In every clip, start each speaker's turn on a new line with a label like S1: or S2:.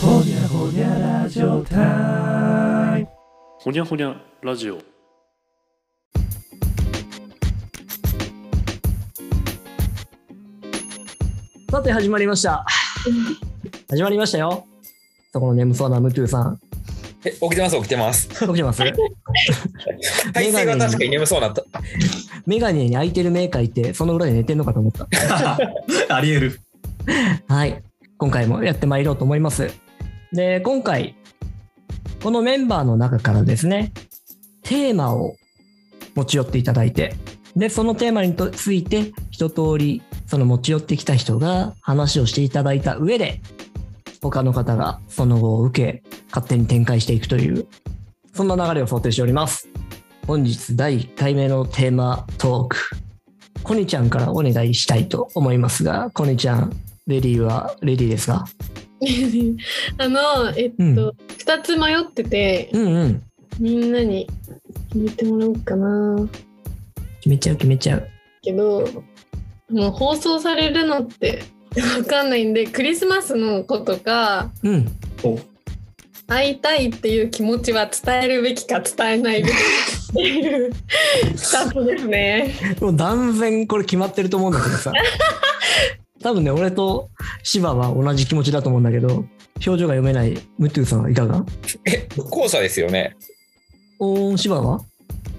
S1: ほにゃラジオタイム
S2: ほにゃほにゃラジオ
S3: さて始まりました。始まりましたよ。そこの眠そうなムトゥーさん。
S4: え、起きてます、起きてます。
S3: 起きてます
S4: 体勢が確かに眠そうなった。
S3: メガネに開いてる目描いて、その裏で寝てんのかと思った。
S1: ありえる
S3: はい。今回もやってまいろうと思います。で、今回、このメンバーの中からですね、テーマを持ち寄っていただいて、で、そのテーマについて、一通り、その持ち寄ってきた人が話をしていただいた上で、他の方がその後を受け、勝手に展開していくという、そんな流れを想定しております。本日第1回目のテーマトーク、コニちゃんからお願いしたいと思いますが、コニちゃん、レディーはレディーですか
S5: あのえっ
S3: うん
S5: と、二つ迷ってて
S3: うんうん
S5: みんなに決めてもらおうかな
S3: 決めちゃう決めちゃう
S5: けどもう放送されるのってわかんないんでクリスマスの子とか
S3: うん
S5: 会いたいっていう気持ちは伝えるべきか伝えないべきかっていうスタートですね。
S3: もう断然これ決まってると思うんだけど さ多分ね俺と芝は同じ気持ちだと思うんだけど表情が読めないムトゥさんはいかが
S4: え、後者ですよね。
S3: おー芝は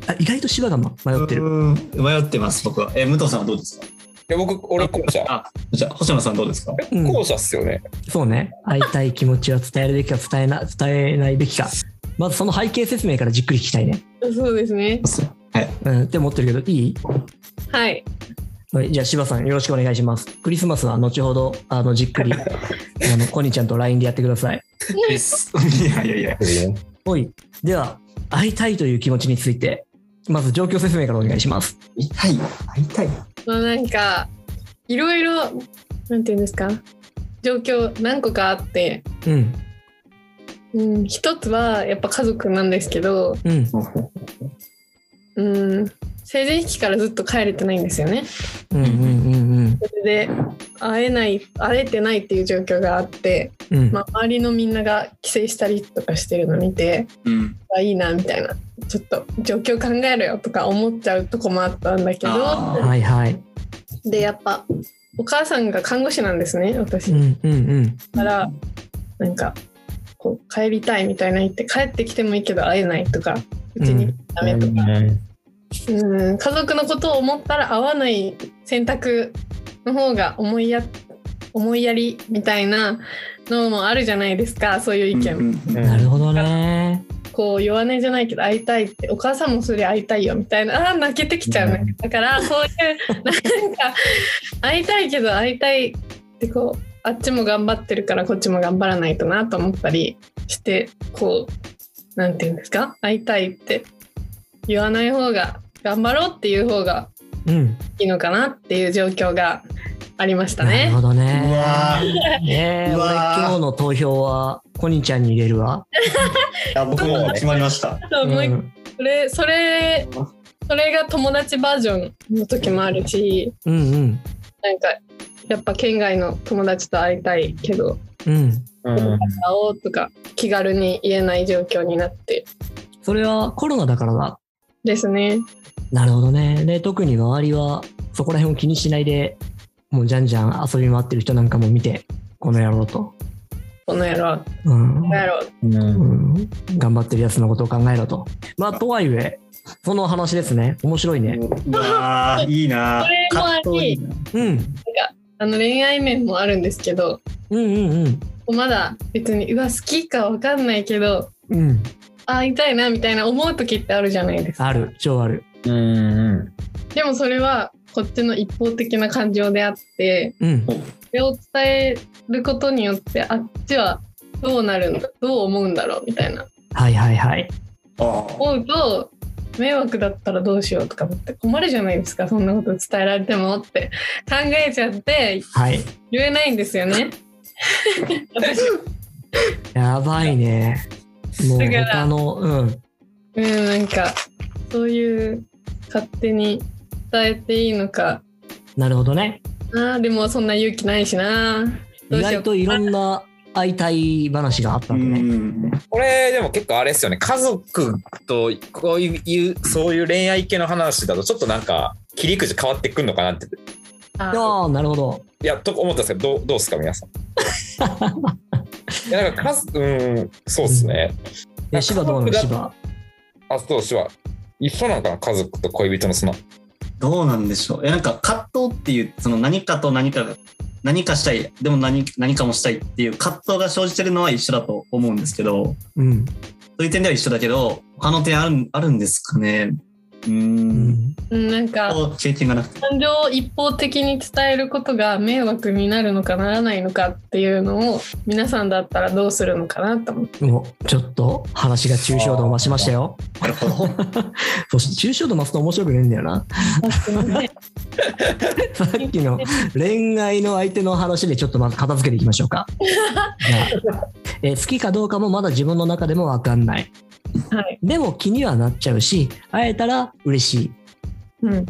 S3: あ意外と芝が迷ってる
S1: うーん迷ってます僕はえ武藤さんはどうですか
S4: で僕、俺後者。
S1: あじゃあ星野さんどうですか
S3: うん
S4: 後者っすよね。
S3: そうね会いたい気持ちは伝えるべきか伝えな伝えないべきかまずその背景説明からじっくり聞きたいね
S5: そうですね。
S3: うんって思ってるけどいい
S5: はい。
S3: はい、じゃあ柴さんよろしくお願いします。クリスマスは後ほどあのじっくり あのコニちゃんと LINE でやってください。
S1: です いやいやいや
S3: おい、では会いたいという気持ちについてまず状況説明からお願いします。
S1: 痛い会いたい
S5: まあなんかいろいろなんていうんですか状況何個かあって
S3: うん
S5: うん、一つはやっぱ家族なんですけど、
S3: うん
S5: うん、成人式からずっと帰れてないんですよね。
S3: うんうんうん
S5: それで会えない会えてないっていう状況があって、
S3: うんうん
S5: まあ、周りのみんなが帰省したりとかしてるの見て
S1: うん
S5: あいいなみたいなちょっと状況考えろよとか思っちゃうとこもあったんだけど
S1: あ
S3: はいはい。
S5: でやっぱお母さんが看護師なんですね私。
S3: うんうんうん
S5: からなんかこう帰りたいみたいな言って帰ってきてもいいけど会えないとかうちに来てダメとか。うん家族のことを思ったら合わない選択の方が思いや思いやりみたいなのもあるじゃないですかそういう意見、
S3: なるほどね。
S5: こう弱音じゃないけど会いたいってお母さんもそれ会いたいよみたいなあー泣けてきちゃうね、だからそういうなんか会いたいけど会いたいってこうあっちも頑張ってるからこっちも頑張らないとなと思ったりしてこうなんていうんですか会いたいって言わない方が頑張ろうっていう方が
S3: うん。
S5: いいのかなっていう状況がありました
S3: なる
S5: ね
S3: ほ。ど
S1: う
S3: ね。
S1: わーい
S3: ねえ、
S1: う
S3: 俺
S1: わー
S3: 今日の投票はコニちゃんに入れるわ。
S1: や僕も決まりました
S5: あともう一
S3: ん
S5: それそれそれが友達バージョンの時もあるし、
S3: うんうん
S5: なんかやっぱ県外の友達と会いたいけど
S3: うん。
S4: うん。
S5: 会おうとか気軽に言えない状況になって
S3: それはコロナだからだ。
S5: ですね。
S3: なるほどね。で、特に周りはそこら辺を気にしないで、もうじゃんじゃん遊び回ってる人なんかも見て、この野郎と。
S5: この野郎、
S3: うん。
S5: この野郎。
S4: うん
S3: うん頑張ってるやつのことを考えろと。まあ、とはいえ、その話ですね。面白いね。
S1: うわーいいな
S5: それもあり
S1: 葛藤いいな
S3: うん。
S5: あの恋愛面もあるんですけど、
S3: うんうんうん。
S5: まだ別にうわ好きかわかんないけど
S3: うん。
S5: 会いたいなみたいな思う時ってあるじゃないですか。
S3: ある。超ある。
S4: うん。
S5: でもそれはこっちの一方的な感情であって
S3: うん。
S5: それを伝えることによってあっちはどうなるんだどう思うんだろうみたいな
S3: はいはいはい。
S1: あ
S5: 思うと迷惑だったらどうしようとか思って困るじゃないですかそんなこと伝えられてもって考えちゃって
S3: はい。
S5: 言えないんですよね。私
S3: やばいね。もう
S5: だから
S3: 他の、うん。
S5: うんなんかそういう勝手に伝えていいのか
S3: なるほどね。
S5: なでもそんな勇気ないしなど
S3: 意
S5: うしよ
S3: 外
S5: う
S3: といろんな会いたい話があった
S1: う
S3: わけね。
S1: ん。
S4: これでも結構あれですよね家族とこういうそういう恋愛系の話だとちょっとなんか切り口変わってくるのかなって
S5: あ
S3: ああ、なるほど。
S4: いやと思ったんですけどどうどうですか皆さんいやなんか家族うんそうですね、
S3: え、芝どうなの
S4: 家族
S3: 芝。
S4: あそうしは一緒なのかな家族と恋人のその
S1: どうなんでしょう。え、なんか葛藤っていう、その何かと何かが、何かしたい、でも何何かもしたいっていう葛藤が生じてるのは一緒だと思うんですけど、
S3: うん。
S1: そういう点では一緒だけど、他の点あるあるんですかね。うー。
S3: うんん。
S5: うんなんか
S1: 経験がなくて。
S5: 感情を一方的に伝えることが迷惑になるのかならないのかっていうのを皆さんだったらどうするのかなと思って
S3: もう、ちょっと話が抽象度を増しましたよ。
S1: なるほど。
S3: そして抽象度増すと面白くねえんだよ な。
S5: ますね。
S3: さっきの恋愛の相手の話でちょっとまず片付けていきましょう か。じゃあえー好きかどうかもまだ自分の中でも分かんない。
S5: はい。
S3: でも気にはなっちゃうし、会えたら嬉しい。
S5: うん。
S1: な
S3: う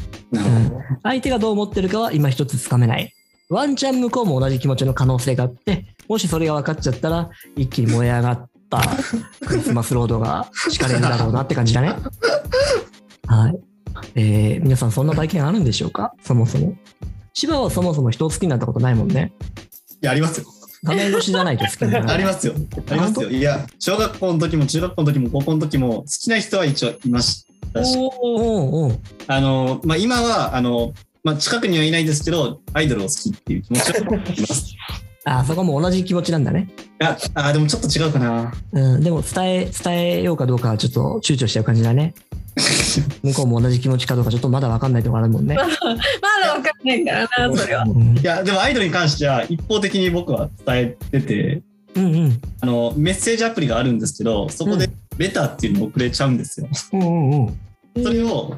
S3: ん相手がどう思ってるかは今一つつかめない。ワンチャン向こうも同じ気持ちの可能性があって、もしそれが分かっちゃったら、一気に燃え上が ったクリスマスロードが敷かれるだろうなって感じだ ね。はい。えー皆さんそんな体験あるんでしょうかそもそも。芝はそもそも人を好きになったことないもんね。
S1: いや、ありますよ。
S3: 画面越しじゃないと好きにならな
S1: あ
S3: い。
S1: りますよ。ありますよ。いや、小学校の時も中学校の時も高校の時も好きな人は一応いましたし、
S5: おお。
S3: おうおう
S1: あの、まあ、今は、あの、まあ、近くにはいないですけど、アイドルを好きっていう気持ちはあります。
S3: あそこも同じ気持ちなんだね。
S1: あ、あでもちょっと違うかな。
S3: うん、でも伝え、伝えようかどうかはちょっと躊躇しちゃう感じだね。向こうも同じ気持ちかどうかちょっとまだ分かんないところあるも んね。
S5: まだわかんないからな、それは。
S3: うん
S1: いや、でもアイドルに関しては一方的に僕は伝えてて、
S3: うんうん。
S1: あの、メッセージアプリがあるんですけど、そこでレターっていうのを送れちゃうんですよ。
S3: うんうんうん。
S1: それを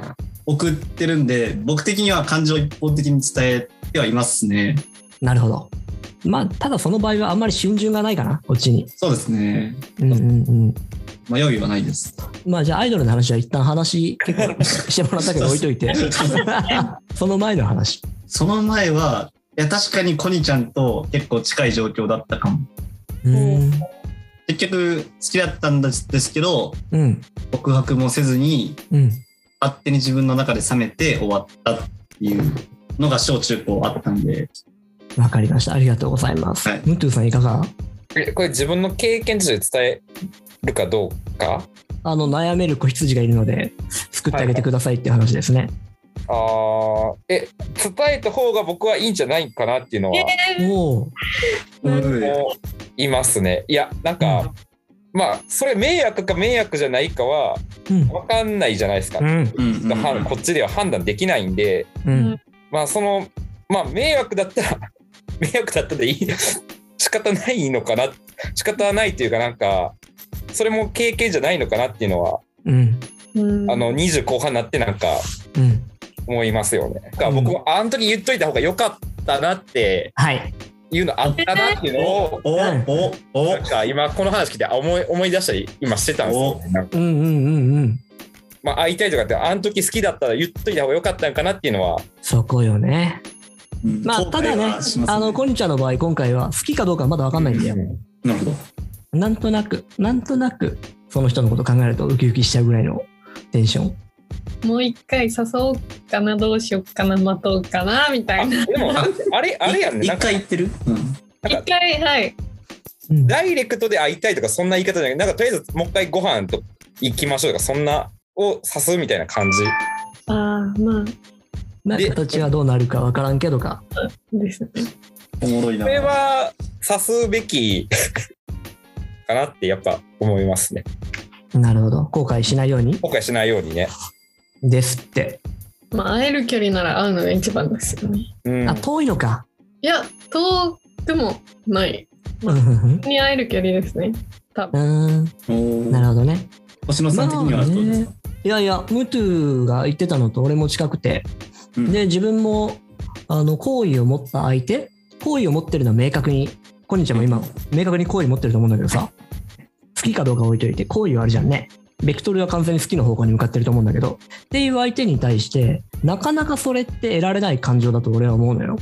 S1: 送ってるんで、僕的には感情を一方的に伝えてはいますね。
S3: なるほど。まあ、ただその場合はあんまり春順がないかな、こっちに。
S1: そうですね。
S3: うんうんうん。
S1: 迷いはないです。
S3: まあ、じゃあアイドルの話は一旦話、結構してもらったけど置いとい て。その前の話。
S1: その前は、いや、確かにコニちゃんと結構近い状況だったかも。
S3: うん。
S1: 結局、好きだったんですですけど、
S3: うん。
S1: 告白もせずに、
S3: うん。
S1: 勝手に自分の中で冷めて終わったっていうのが小中高あったんで、
S3: わかりました。ありがとうございます。
S1: はい
S3: ムットゥさんいかが
S4: えこれ自分の経験値で伝えるかどうか
S3: あの、悩める子羊がいるので、救ってあげてくださいっていう話ですね。
S4: あーえ伝えた方が僕はいいんじゃないかなっていうのは
S3: おお。
S4: もういますねいやなんか、まあそれ迷惑か迷惑じゃないかは
S3: うん。
S4: 分かんないじゃないですか、
S3: うん。
S1: うんうんうん
S4: はこっちでは判断できないんで
S3: うん。
S4: まあそのまあ迷惑だったら 迷惑だったでいい仕方ないのかな仕方ないというかなんかそれも経験じゃないのかなっていうのは、
S3: うん。
S5: うん
S4: あの20後半になってなんか
S3: うん。
S4: 思いますよね。だから
S3: うん
S4: 僕もあの時言っといた方が良かったなって
S3: はい。
S4: いうのあったなっていうのを、
S1: おおお
S4: なんか今この話聞いて思い思い出したり今してたんですよ、ね。なんか
S3: うんうんうんうん。
S4: まあ会いたいとかってあの時好きだったら言っといた方が良かったのかなっていうのは
S3: そこよね。
S1: うん
S3: まあ、
S1: 後
S3: ただ
S1: 悔
S3: ね
S1: はしま、す
S3: あの、コニちゃんの場合、今回は好きかどうかはまだわかんないんだよ。
S1: なるほど。
S3: なんとなく、なんとなく、その人のこと考えるとウキウキしちゃうぐらいのテンション。
S5: もう一回誘おうかな、どうしようかな、待とうかな、みた
S4: あ
S5: いな。
S4: でもあれあれやんね
S1: い
S4: なん
S1: 一
S4: か
S1: 回言ってるうん。
S4: な
S5: 一
S4: んか
S5: 回、はい。
S3: うん
S4: ダイレクトで会いたいとかそんな言い方じゃなくてなんかとりあえずもう一回ご飯と行きましょうとかそんなを指すみたいな感じ
S5: ああ、まあ、
S3: な
S4: で
S3: 形はどうなるかわからんけどか。
S5: ですね。
S1: おもろいな。
S4: それは指すべきかなってやっぱ思いますね
S3: なるほど。後悔しないように
S4: 後悔しないようにね。
S3: ですって。
S5: まあ、会える距離なら会うのが一番ですよね。
S4: うん
S3: あ、遠いのか。
S5: いや、遠くもない。
S3: うんうん
S5: に会える距離ですね。多分。
S3: うん。う
S1: お
S3: ーん。なる
S1: ー
S3: ほどね。
S1: 星野さん的に
S3: ま
S1: は
S3: あ
S1: どうです
S3: ね
S1: か、
S3: いやいや、ムトゥが言ってたのと俺も近くて、
S1: うん
S3: で、自分も、あの、好意を持った相手、好意を持ってるのは明確に、コニちゃんも今、明確に好意持ってると思うんだけどさ、好きかどうか置いといて、好意はあるじゃんね。ベクトルは完全に好きの方向に向かってると思うんだけど、っていう相手に対して、なかなかそれって得られない感情だと俺は思うのよ。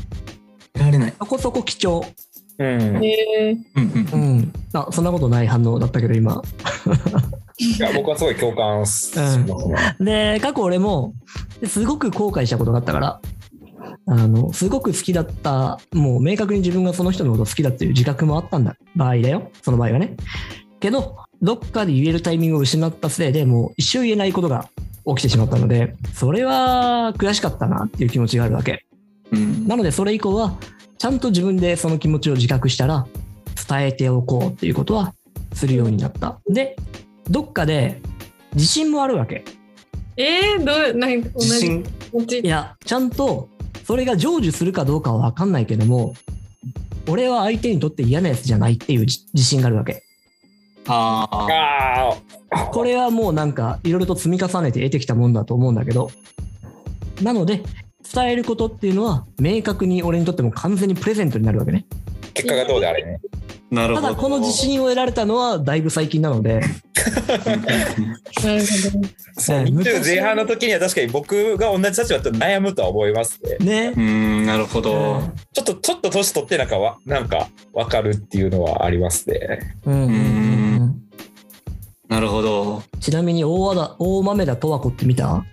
S1: 得られない。
S3: そこそこ貴重。
S4: うん。い
S5: へえ
S1: うんうん
S3: うん。あ、そんなことない反応だったけど、今。
S4: や僕はすごい共感しますね。
S3: で、過去俺も、すごく後悔したことがあったから、あの、すごく好きだった、もう明確に自分がその人のこと好きだっていう自覚もあったんだ、場合だよ、その場合はね。けど、どっかで言えるタイミングを失ったせいでもう一生言えないことが起きてしまったので、それは悔しかったなっていう気持ちがあるわけ。
S1: うん
S3: なのでそれ以降はちゃんと自分でその気持ちを自覚したら伝えておこうっていうことはするようになった。でどっかで自信もあるわけ。
S5: えー、どうなんか同
S1: 自
S5: じ
S1: 信
S5: 気持ち
S3: いやちゃんとそれが成就するかどうかは分かんないけども俺は相手にとって嫌なやつじゃないっていう自自信があるわけ。
S1: ああ
S4: ああ。
S3: これはもうなんかいろいろと積み重ねて得てきたもんだと思うんだけどなので伝えることっていうのは明確に俺にとっても完全にプレゼントになるわけね。
S4: 結果がどうであれね。
S1: なる
S3: た
S1: ほど
S3: だこの自信を得られたのはだいぶ最近なので、
S5: なるほど
S4: そう
S3: ね
S4: 20前半の時には確かに僕が同じ立場と悩むとは思いますね。
S3: ね
S1: う。 んなるほど
S4: ちょっと、ちょっと年取ってなんかわ、なんか、わかるっていうのはありますね。
S3: うん
S1: んなるほど
S3: ちなみに大和田大豆田十和子って見た
S5: ま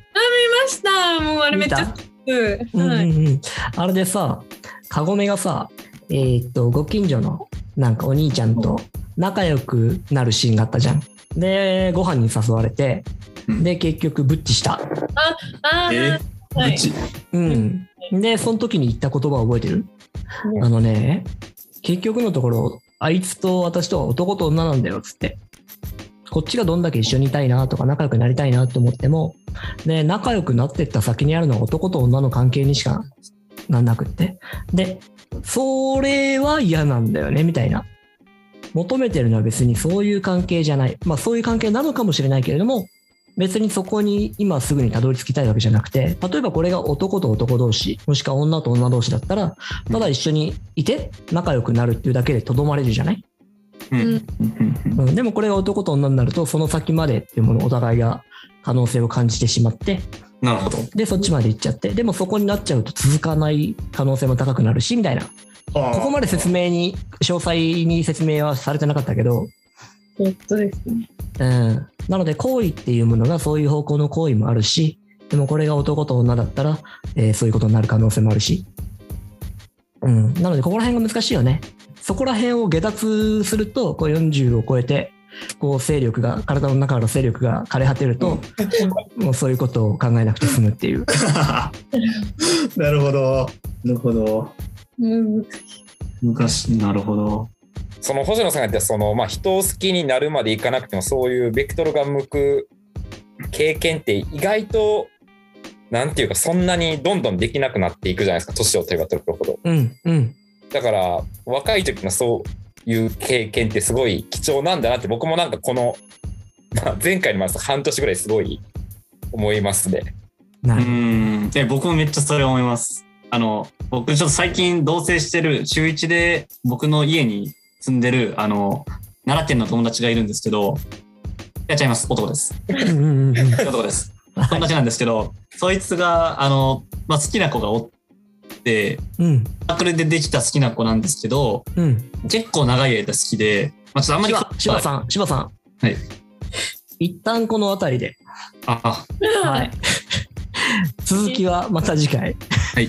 S5: したもうあれめっちゃ好
S3: 見
S5: きです
S3: うん
S5: はい、
S3: うんうんあれでさ、カゴメがさ、えーっと、ご近所のなんかお兄ちゃんと仲良くなるシーンがあったじゃん。で、ご飯に誘われて、
S1: うん
S3: で、結局ブッチした。
S5: ああ、
S1: え
S5: は
S1: う
S5: い、
S1: ち
S3: うん。で、その時に言った言葉を覚えてるあのね、結局のところ、あいつと私とは男と女なんだよ、つって。こっちがどんだけ一緒にいたいなとか仲良くなりたいなと思っても、で、仲良くなってった先にあるのは男と女の関係にしかなんなくって。で、それは嫌なんだよね、みたいな。求めてるのは別にそういう関係じゃない。まあそういう関係なのかもしれないけれども、別にそこに今すぐにたどり着きたいわけじゃなくて、例えばこれが男と男同士、もしくは女と女同士だったら、ただ一緒にいて仲良くなるっていうだけでとどまれるじゃない、
S1: うん
S5: うん
S1: うん
S3: うん、でもこれが男と女になると、その先までっていうものをお互いが可能性を感じてしまって、
S1: なるほど
S3: で、そっちまで行っちゃって、でもそこになっちゃうと続かない可能性も高くなるし、みたいな。
S1: こ
S3: ここまで説明に、詳細に説明はされてなかったけど、
S5: 本当ですね
S3: うん、なので行為っていうものがそういう方向の行為もあるしでもこれが男と女だったら、えーそういうことになる可能性もあるし、うん、なのでここら辺が難しいよねそこら辺を下脱するとこう40を超えてこう勢力が体の中から勢力が枯れ果てると、もうそういうことを考えなくて済むっていう
S1: なるほどなるほど
S5: うん
S1: 昔なるほど
S4: その星野さんが言った、その、まあ、人を好きになるまでいかなくても、そういうベクトルが向く経験って意外と、なんていうか、そんなにどんどんできなくなっていくじゃないですか、年を取れば取るほど。
S3: うんうん
S4: だから、若い時のそういう経験ってすごい貴重なんだなって、僕もなんかこの、まあ、前回のまず半年ぐらいすごい思いますね。
S3: な
S1: う
S3: い
S1: んえ僕もめっちゃそれ思いますあの僕ちょっと最近同棲してる週一で僕の家に住んでるあの奈良県の友達がいるんですけどいやちゃいます男です
S3: うんうんうんうん
S1: 男です
S3: は
S1: 友
S3: い
S1: 達なんですけど、そいつがあの、まあ、好きな子がおって
S3: うん
S1: サークルでできた好きな子なんですけど
S3: うん
S1: 結構長い間好きで、まあ、ちょっとあんまり
S3: 柴柴さん柴さん
S1: はい
S3: 一旦この辺りで
S1: あ
S3: はい。続きはまた次回。
S1: はい